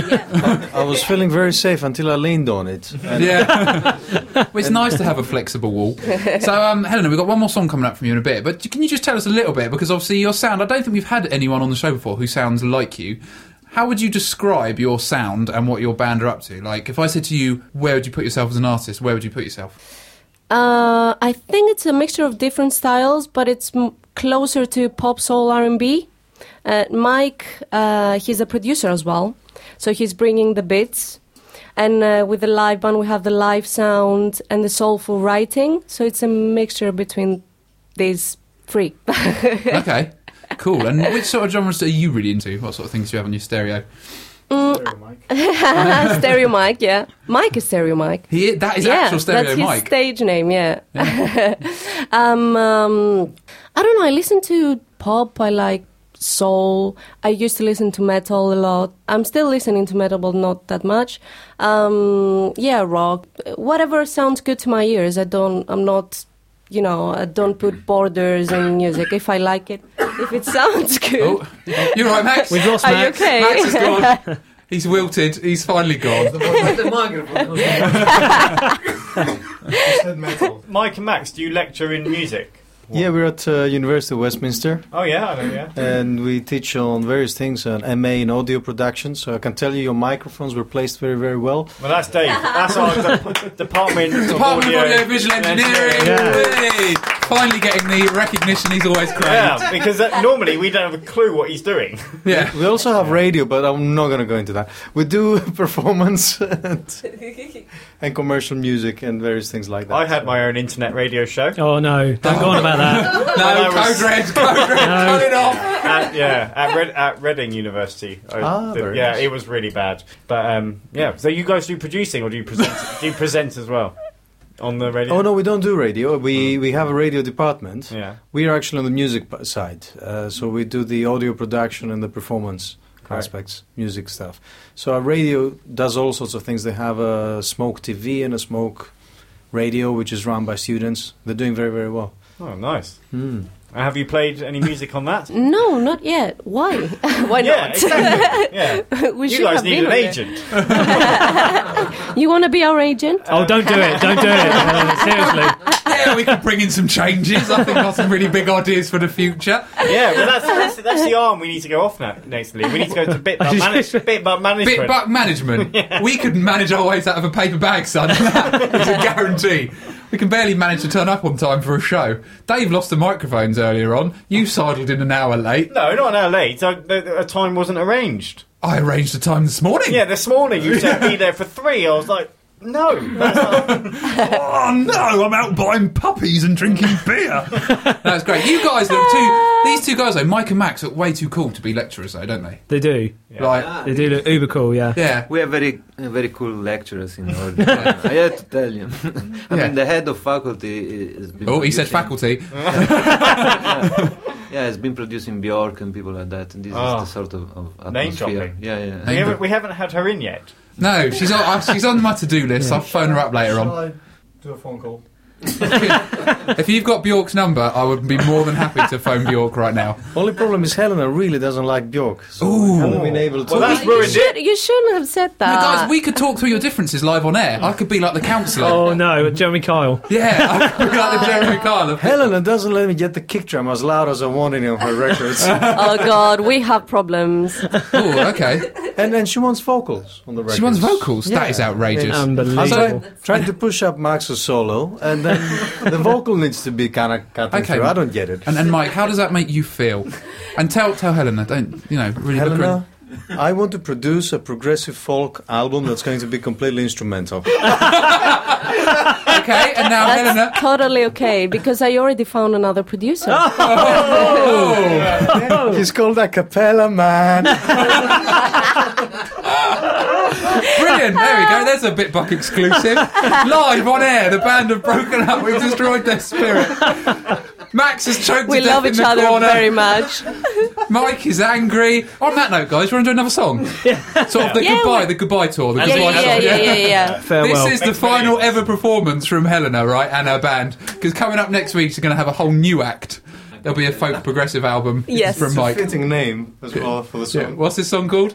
I was feeling very safe until I leaned on it. And
Yeah. well, it's nice to have a flexible wall. So, um, Helena, we've got one more song coming up from you in a bit, but can you just tell us a little bit? Because obviously, your sound, I don't think we've had anyone on the show before who sounds like you. How would you describe your sound and what your band are up to? Like, if I said to you, where would you put yourself as an artist? Where would you put yourself?
Uh, I think it's a mixture of different styles, but it's m- closer to pop, soul, R&B. Uh, Mike, uh, he's a producer as well, so he's bringing the bits. And uh, with the live band, we have the live sound and the soulful writing. So it's a mixture between these three.
Okay, cool. And which sort of genres are you really into? What sort of things do you have on your stereo?
stereo Mike, yeah. Mike is Stereo Mike.
He, that is
yeah,
actual stereo
that's his
mic.
stage name. Yeah. um, um, I don't know. I listen to pop. I like soul. I used to listen to metal a lot. I'm still listening to metal, but not that much. Um, yeah, rock. Whatever sounds good to my ears. I don't. I'm not. You know, I don't put borders in music. If I like it, if it sounds good.
oh, you're right, Max.
We've lost
Are you
Max.
okay?
Max is gone. He's wilted. He's finally gone.
With the microphone. oh
Mike and Max, do you lecture in music?
yeah, we're at uh, University of Westminster,
Oh yeah, I know, yeah.
and we teach on various things, an MA in audio production. So I can tell you, your microphones were placed very, very well.
Well, that's Dave. That's our de- department. of
Department of Audio Visual Engineering.
Yeah.
Hey. Finally getting the recognition he's always claimed.
Yeah, because that, normally we don't have a clue what he's doing.
Yeah.
We also have radio, but I'm not going to go into that. We do performance and, and commercial music and various things like that.
I had my own internet radio show.
Oh no! Don't go on about that.
No,
I was-
code red, code red, cut it off.
at, yeah, at, Red, at Reading University. I-
Ah,
the-
very
yeah,
nice.
it was really bad. But um, yeah, so you guys do producing or do you present? do you present as well on the radio?
Oh no, we don't do radio. We we have a radio department.
Hmm. Yeah.
We are actually on the music p- side, uh, so we do the audio production and the performance
Correct.
aspects, music stuff. So our radio does all sorts of things. They have a smoke TV and a smoke radio, which is run by students. They're doing very very well.
Oh, nice. And Have you played any music on that?
No, not yet. Why? Why
yeah,
not?
exactly. Yeah,
we
you
should
guys
have
need an
been on there.
agent.
You want to be our agent?
Oh, don't do it! Don't do it! Uh, seriously.
Yeah, we could bring in some changes. I think I've got some really big ideas for the future.
Yeah, well, that's, that's that's the arm we need to go off now. Next, Lee. we need to go to bit but manage, bit but management.
Bit buck management. We could manage our ways out of a paper bag, son. That is a guarantee. We can barely manage to turn up on time for a show. Dave lost the microphones earlier on. You sidled in an hour late.
no, not an hour late. So the- a time wasn't arranged.
I arranged the time this morning.
Yeah, this morning you said be there for three. I was like, no, that's not
Oh no, I'm out buying puppies and drinking beer. That's great. You guys look too. These two guys, though, Mike and Max, look way too cool to be lecturers, though, don't they?
They do.
Like,
They do look uber cool. Yeah.
yeah.
We are very, uh, very cool lecturers in our department. I had to tell you. I
Yeah.
mean, the head of faculty i- is. been
Oh, he said
producing-
faculty.
Yeah, Yeah, it's been producing Bjork and people like that. And this
Ah.
is the sort of, of atmosphere.
Name dropping.
Yeah, yeah.
We haven't, we haven't had her in yet.
No, she's on, uh, she's on my to do list. I'll phone her up later on.
I do a phone call?
If you've got Bjork's number, I would be more than happy to phone Bjork right now.
Only problem is Helena really doesn't like Bjork, so I haven't been able to.
Well, that's
You,
ruined it.
should, you shouldn't have said
But
Uh,
that.
guys, we could talk through your differences live on air. I could be like the counsellor.
Oh no, Jeremy Kyle.
Yeah, I could be like the Jeremy Kyle. of-
Helena doesn't let me get the kick drum as loud as I wanted on her records,
oh God, we have problems.
Ooh, okay.
and then she wants vocals on the records.
She wants vocals. That
Yeah.
is outrageous.
I was
Unbelievable.
like, trying to push up Max's solo, and then the vocal needs to be kind of cut
Okay.
through. I don't get it.
and, and Mike, how does that make you feel? And tell tell Helena, don't you know? Really look around.
Helena, I want to produce a progressive folk album that's going to be completely instrumental.
Okay, and now Helena.
That's totally okay because I already found another producer.
Oh.
He's called a cappella man.
Brilliant. There we go. There's a Bitbuck exclusive. Live on air. The band have broken up. We've destroyed their spirit. Max has choked
we
to death
love
in
each
the
other
corner.
very much.
Mike is angry. On that note, guys, we're going to do another song. Sort of the
Yeah,
goodbye,
we-
the goodbye tour. The
yeah,
goodbye
yeah, yeah,
song.
yeah, yeah, yeah.
Farewell.
This is the
Thanks,
final
Williams.
ever performance from Helena, right, and her band. Because coming up next week, she's going to have a whole new act. There'll be a folk progressive album
Yes.
from
It's a
Mike.
fitting name as well for the
Yeah,
song.
What's this song called?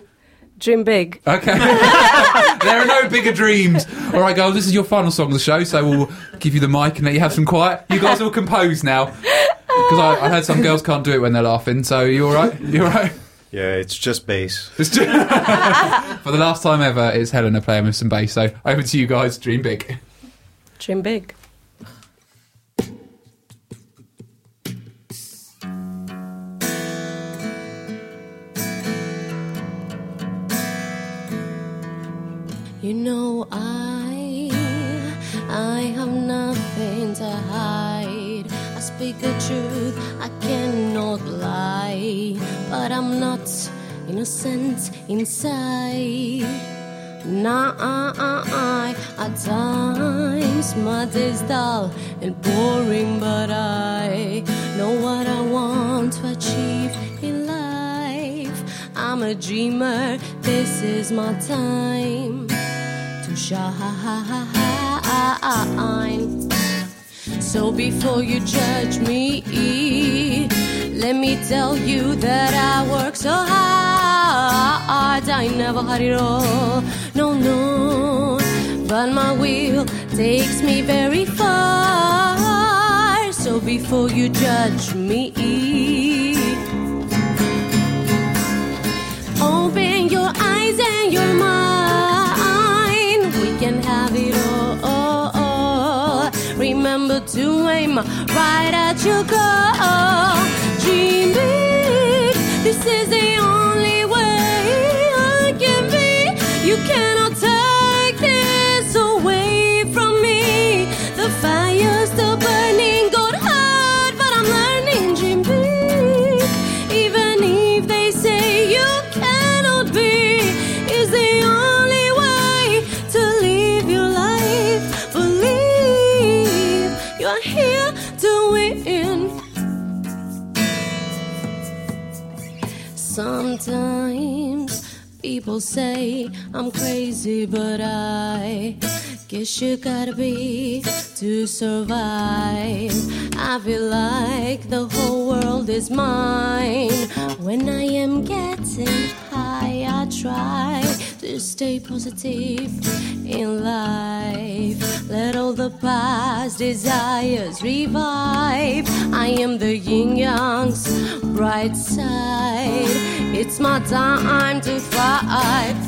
Dream big.
Okay. there are no bigger dreams. All right, guys, this is your final song of the show, so we'll give you the mic and let you have some quiet. You guys all compose now. Because I, I heard some girls can't do it when they're laughing, so you all right? You all right?
Yeah, it's just bass.
It's just- For the last time ever, it's Helena playing with some bass, so over to you guys, dream big.
Dream big.
You know I I have nothing to hide. I speak the truth, I cannot lie. But I'm not innocent inside. Nah, at times my days dull and boring, but I know what I want to achieve in life. I'm a dreamer, this is my time to shine. So before you judge me, let me tell you that I work so hard. I never had it all, no, no. But my will takes me very far. So before you judge me, Open your eyes and your mind. We can have it all. Remember to aim right at your goal. Dream big. This is the only way I can be. You cannot take this away from me. The fire's still burning. Got hard, but I'm learning. Dream big. Even if they say you cannot be, is the only way to live your life. Believe you're here to win. Sometimes people say I'm crazy, but I guess you gotta be to survive. I feel like the whole world is mine. When I am getting high, I try to stay positive in life. Let all the past desires revive. I am the yin yang's bright side. It's my time to thrive.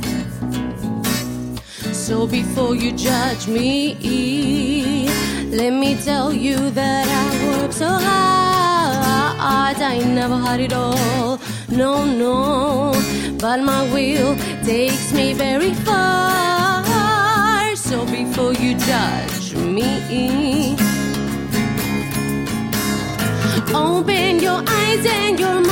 So before you judge me, let me tell you that I work so hard. I never had it all, no, no. But my will takes me very far. So before you judge me, Open your eyes and your mind.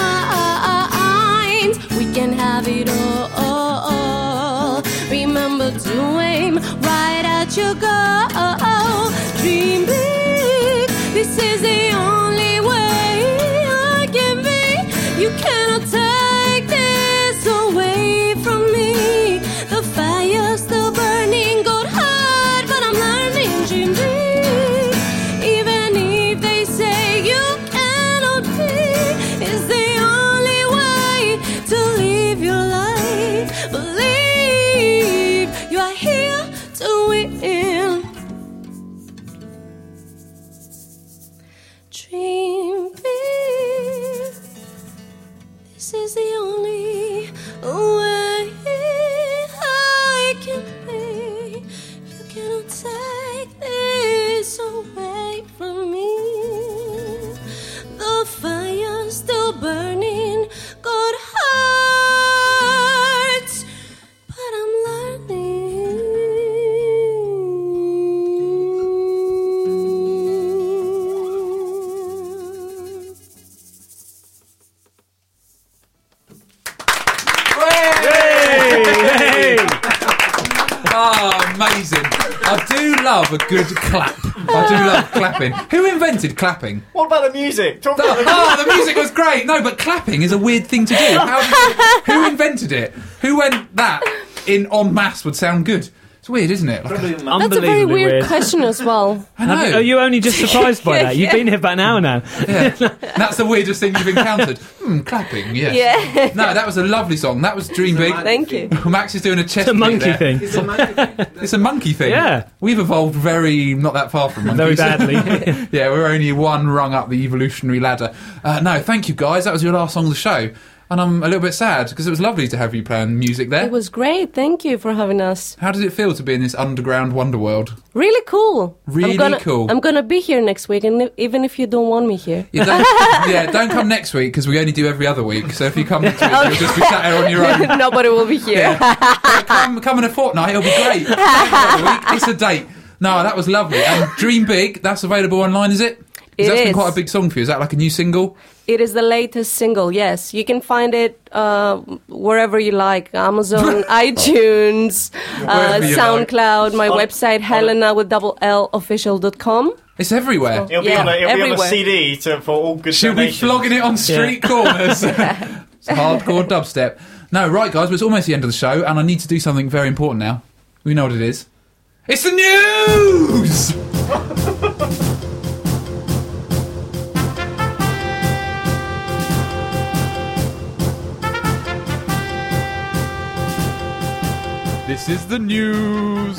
We can have it all. Remember to aim right at your goal. Dream big. This is the only way I can be. You cannot take this away from me. The fire's still burning, got hot, but I'm learning to live. Even if they say you cannot be, it's the only way to live your life. Believe you are here to win. Dream big. This is the only way I can be. You cannot take this away from me. The fire's still burning. Good hearts, but I'm learning.
Ah, amazing. I do love a good clap. I do love clapping. Who invented clapping?
What about the music? Talk about the music.
Ah, the music was great. No, but clapping is a weird thing to do. How, who invented it? Who went that in en masse would sound good? It's weird, isn't it? Like,
Probably my-
That's a very
Unbelievably
weird
weird.
question as well.
I
Have you-
know.
Are you only just surprised by that? You've been here about an hour now.
That's the weirdest thing you've encountered. hmm, clapping. Yes.
Yeah.
No, that was a lovely song. That was Dream Big.
Thank you.
Max is doing a chest.
It's a
beat
monkey
there.
thing.
It's a monkey.
It's a monkey thing.
Yeah.
We've evolved very not that far from monkeys.
Very badly.
yeah, we're only one rung up the evolutionary ladder. Uh, no, thank you guys. That was your last song of the show, and I'm a little bit sad because it was lovely to have you playing music there.
It was great. Thank you for having us.
How does it feel to be in this underground wonder world?
Really cool.
Really
I'm gonna,
cool.
I'm gonna be here next week, and if- even if you don't want me here,
Yeah, don't, yeah, don't come next week because we only do every other week. So if you come next week, you'll just be sat there on your own.
nobody will be here.
But come, come in a fortnight, it'll be great. Come in a week, it's a date. No, that was lovely. And Dream Big, that's available online, is it?
It
that's been
is.
quite a big song for you. Is that like a new single?
It is the latest single. Yes, you can find it uh, wherever you like: Amazon, iTunes, uh,
Oh. Wherever you like.
SoundCloud. My
On-
website,
on-
Helena with double L official.com.
It's everywhere.
It'll be,
Yeah,
on, a, it'll be on a
everywhere.
CD to, for all good
She'll be
donations.
flogging it on street corners. it's hardcore dubstep. No, right, guys, but it's almost the end of the show, and I need to do something very important now. We know what it is. It's the news! This is the news.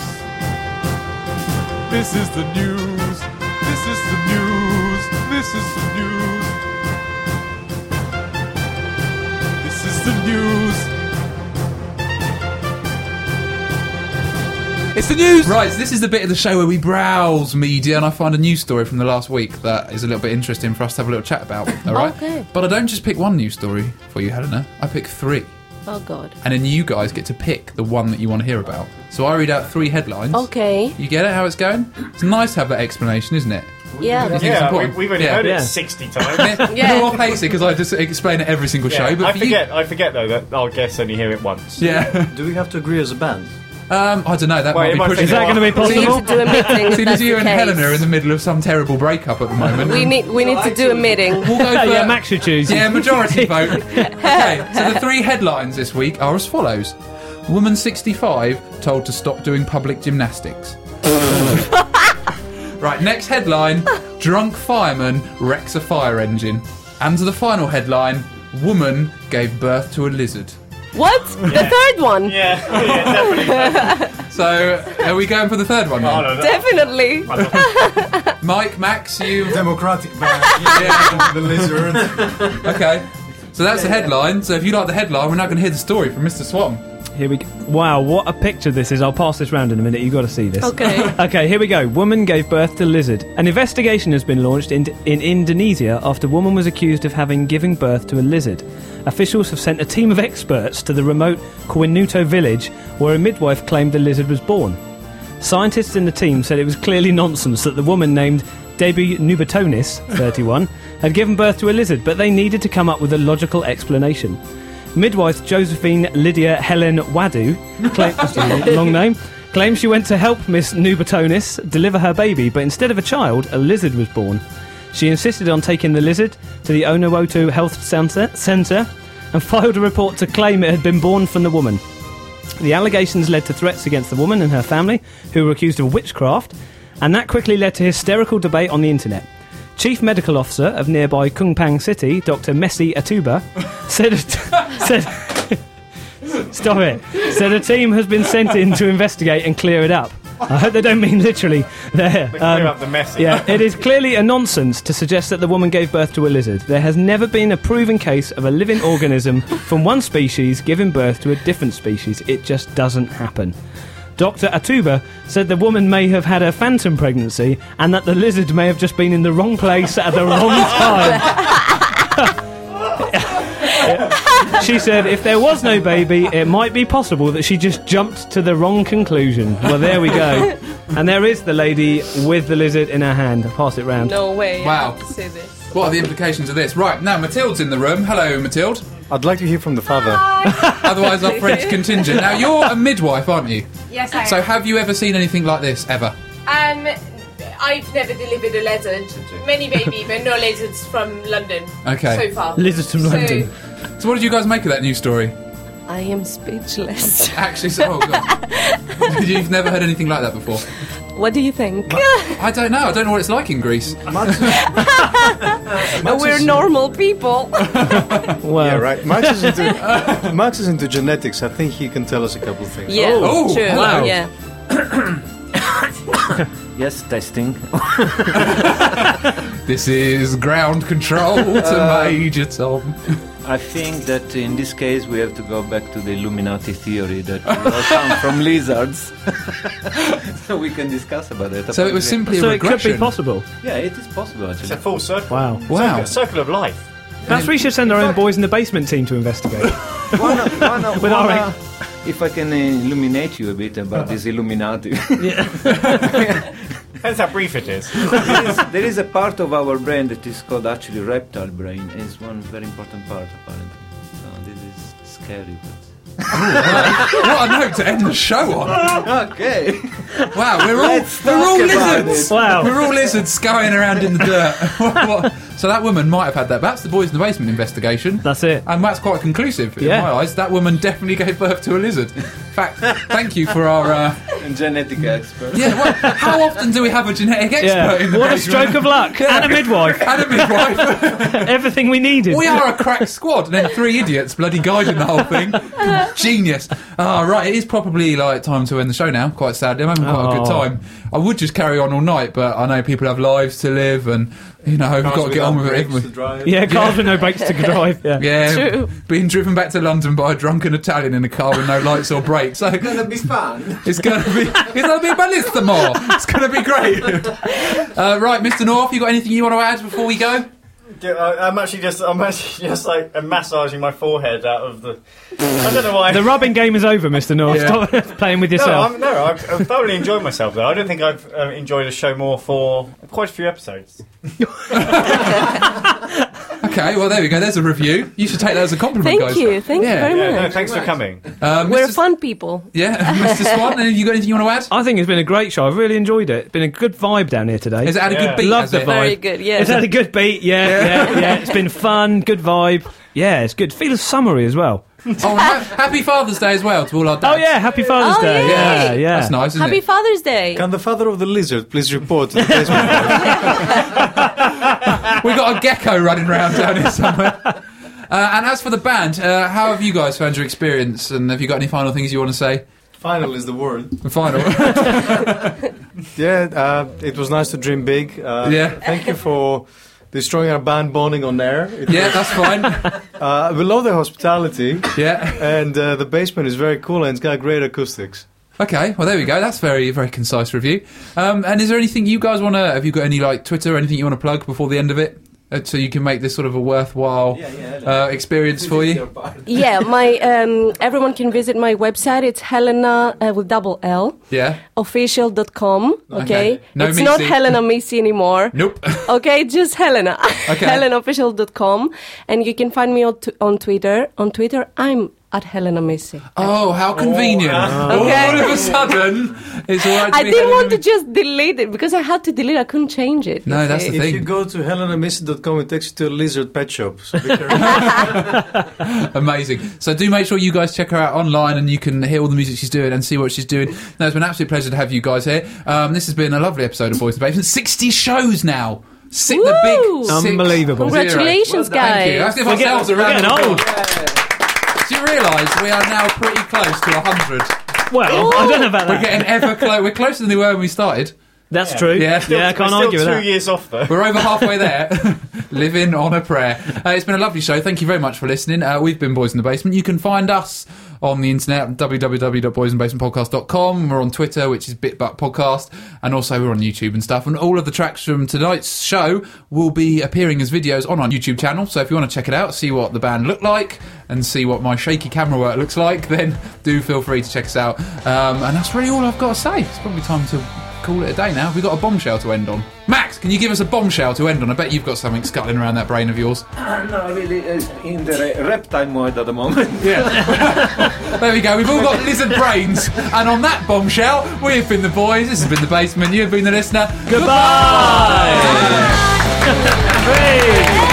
This is the news. This is the news. This is the news. This is the news. It's the news! Right, so this is the bit of the show where we browse media and I find a news story from the last week that is a little bit interesting for us to have a little chat about. All right?
Okay.
But I don't just pick one news story for you, Helena. I pick three
Oh God.
and then you guys get to pick the one that you want to hear about. So I read out three headlines.
Okay.
You get it? How it's going? It's nice to have that explanation, isn't it?
Yeah.
It's
Yeah, we,
important.
we've only
Yeah.
heard
Yeah.
it 60 times.
Yeah.
North hates it because I just explain it every single
Yeah,
show. But
I
for
forget. I forget though that I'll guess only hear it once.
You, yeah.
Do we have to agree as a band?
Um, I don't know. That
Well, it
might be pushing.
might take
Is that going to be
We need to
possible?
do a meeting. if
Seeing
that's
as you
the
and
case.
Helena are in the middle of some terrible breakup at the moment.
We need we need to do a meeting.
We'll go for
yeah, Max should choose.
uh, Yeah, majority vote. Okay, so the three headlines this week are as follows: Woman 65 told to stop doing public gymnastics. right, next headline: Drunk fireman wrecks a fire engine. And the final headline: Woman gave birth to a lizard.
What? The third one?
Yeah, yeah, definitely.
So, are we going for the third one?
Oh,
Now?
no, no.
Definitely.
Mike, Max, you.
Democratic band. the lizard.
Okay. So that's the headline. So if you like the headline, we're now going to hear the story from Mr. Swan.
Here we go. Wow, what a picture this is. I'll pass this round in a minute. You've got to see this.
Okay.
Okay, here we go. Woman gave birth to lizard. An investigation has been launched in, in Indonesia after woman was accused of having given birth to a lizard. Officials have sent a team of experts to the remote Kwinuto village where a midwife claimed the lizard was born. Scientists in the team said it was clearly nonsense that the woman named Debbie Nubatonis, 31, had given birth to a lizard, but they needed to come up with a logical explanation. Midwife Josephine Lydia Helen Wadu, claim, that's a long, long name, claims she went to help Miss Nubatonis deliver her baby, but instead of a child, a lizard was born. She insisted on taking the lizard to the Onowoto Health Centre, Centre and filed a report to claim it had been born from the woman. The allegations led to threats against the woman and her family, who were accused of witchcraft, and that quickly led to hysterical debate on the internet. Chief Medical Officer of nearby Kung Pang City, Dr. Messi Atuba, said, said Stop it. So the team has been sent in to investigate and clear it up. I hope they don't mean literally there.
Clear
Um,
up the mess.
yeah, it is clearly a nonsense to suggest that the woman gave birth to a lizard. There has never been a proven case of a living organism from one species giving birth to a different species. It just doesn't happen. Dr. Atuba said the woman may have had a phantom pregnancy and that the lizard may have just been in the wrong place at the wrong time. she said if there was no baby, it might be possible that she just jumped to the wrong conclusion. Well, there we go. And there is the lady with the lizard in her hand. I'll pass it round.
No way. I
Wow.
have to say this.
What are the implications of this? Right, now Mathilde's in the room. Hello, Mathilde.
I'd like to hear from the father.
Otherwise, our French contingent. Now, you're a midwife, aren't you?
Yes, I
So, have you ever seen anything like this, ever?
am. Um, I've never delivered a lizard. Many baby, but no lizards from London.
Okay.
So far.
Lizards from
So-
London.
So, what did you guys make of that news story?
I am speechless.
Actually, so, oh god, you've never heard anything like that before.
What do you think?
I don't know. I don't know what it's like in Greece.
We're normal people.
Oh.
Well,
Yeah, right. Max is, into, Max is into genetics. I think he can tell us a couple of things.
yeah,
Oh,
true.
wow.
Yeah.
Yes, testing.
This is ground control to Major Tom.
I think that in this case we have to go back to the Illuminati theory that we all come from lizards. so we can discuss about that.
So it was simply
so
a
it could
regression.
be possible.
Yeah, it is possible
It's a
actually.
full circle.
Wow.
Wow.
A circle of life.
Perhaps we should send our own boys in the basement team to investigate.
Why not- why not-
With
why
our-
not- If I can uh, illuminate you a bit
Uh-huh.
about this Illuminati.
Depends how brief it is.
there, is, there is a part of our brain that is called actually reptile brain. It's one very important part apparently. So this is scary.
What a note to end the show on!
But... Okay.
Wow, we're all we're all lizards.
wow.
We're all lizards scurrying around in the dirt. What- what- so that woman might have had that. That's the boys in the basement investigation.
That's it.
And that's quite conclusive in
Yeah.
my eyes. That woman definitely gave birth to a lizard. In fact, thank you for our. Uh,
And genetic expert.
yeah, what, how often do we have a genetic expert in
Yeah.
the
What a
basement?
stroke of luck. And a midwife.
And a midwife.
Everything we needed.
We are a crack squad, and then three idiots bloody guiding the whole thing. Genius. Ah, right, it is probably like time to end the show now. Quite sadly, I'm having quite a good
Oh.
time. I would just carry on all night, but I know people have lives to live, and you know we've got to get on with it. haven't we?
Yeah, cars with no brakes to drive. Yeah.
Yeah,
True.
being driven back to London by a drunken Italian in a car with no lights or brakes. So
That'd be fun.
it's going to be it's going to be bellissimo. It's going to be great. Uh, right, Mr. North, you got anything you want to add before we go?
Yeah, I- I'm actually just, I'm actually just like massaging my forehead out of the. I don't know why.
The rubbing game is over, Mr. North.
Yeah.
Stop playing with
no,
yourself.
I'm, no, I've, I've thoroughly enjoyed myself though. I don't think I've uh, enjoyed a show more for quite a few episodes.
Okay, well there we go. There's a review. You should take that as a compliment,
Thank
guys.
you. Thank
Yeah.
you very
Yeah, no,
much.
thanks for coming.
Uh,
We're
Mr.
fun people.
Yeah, Mr. Swan, have you got anything you want to add?
I think it's been a great show. I've really enjoyed it. It's been a good vibe down here today.
Has it had a
Yeah.
good beat?
Love
has
the
it?
vibe.
Very good. Yeah.
It's had a good beat. Yeah, yeah, yeah, It's been fun. Good vibe. Yeah, it's good. Feel summery as well.
Oh, and ha- happy Father's Day as well to all our dads.
Oh yeah, happy Father's
Oh,
Day.
yay.
Yeah, yeah.
That's nice, isn't
Happy
it?
Father's Day.
Can the father of the lizard please report to the basement?
We've got a gecko running around down here somewhere. Uh, and as for the band, uh, how have you guys found your experience? And have you got any final things you want to say?
Final is the word.
The final.
Yeah, uh, it was nice to dream big. Uh,
Yeah.
Thank you for destroying our band bonding on air. It-
yeah, that's fine.
Uh, we love the hospitality,
Yeah.
and uh, the basement is very cool, and it's got great acoustics.
Okay, well, there we go. That's very, very concise review. Um, and is there anything you guys want to. Have you got any, like, Twitter or anything you want to plug before the end of it? Uh, so you can make this sort of a worthwhile uh, experience for you?
yeah, my um, everyone can visit my website. It's Helena uh, with double L
Yeah.
official.com. Okay,
Okay. No
it's not
Missy.
Helena Missy anymore.
Nope.
Okay, just Helena.
Okay.
HelenaOfficial.com, and you can find me on, t- on Twitter. On Twitter, I'm at Helena Missy.
Oh, how convenient.
Oh.
All- All of
Okay.
a sudden, it's all right to
I
be
didn't want
Helen
to just delete it because I had to delete. I couldn't change it. you see.
if you go to helenamissy.com, it takes you to a lizard pet shop. So be
Amazing. So do make sure you guys check her out online and you can hear all the music she's doing and see what she's doing. No, it's been an absolute pleasure to have you guys here. Um, this has been a lovely episode of Voice of the Basement. 60 shows now. Six, the big
Woo!
six
Unbelievable.
zero.
Congratulations,
Thank you.
guys.
Let's give
We're getting-
ourselves a
we're
round of
getting
applause. Do you realise we are now pretty close to 100?
Well, I don't know about
We're
that.
getting ever closer. We're closer than we were when we started.
That's true.
Yeah,
Yeah, I can't Still argue with two that.
years off, though.
We're over halfway there. Living on a prayer. Uh, it's been a lovely show. Thank you very much for listening. Uh, we've been Boys in the Basement. You can find us on the internet, www.boysinthebasementpodcast.com. We're on Twitter, which is Bitbutt Podcast. And also we're on YouTube and stuff. And all of the tracks from tonight's show will be appearing as videos on our YouTube channel. So if you want to check it out, see what the band look like and see what my shaky camera work looks like, then do feel free to check us out. Um, and that's really all I've got to say. It's probably time to call it a day now. We've got a bombshell to end on. Max, can you give us a bombshell to end on? I bet you've got something scuttling around that brain of yours.
I'm not really uh, in the re- reptile mode at the moment.
There we go. We've all got lizard brains. And on that bombshell, we've been the boys. This has been the basement. You've been the listener. Goodbye.
Hey!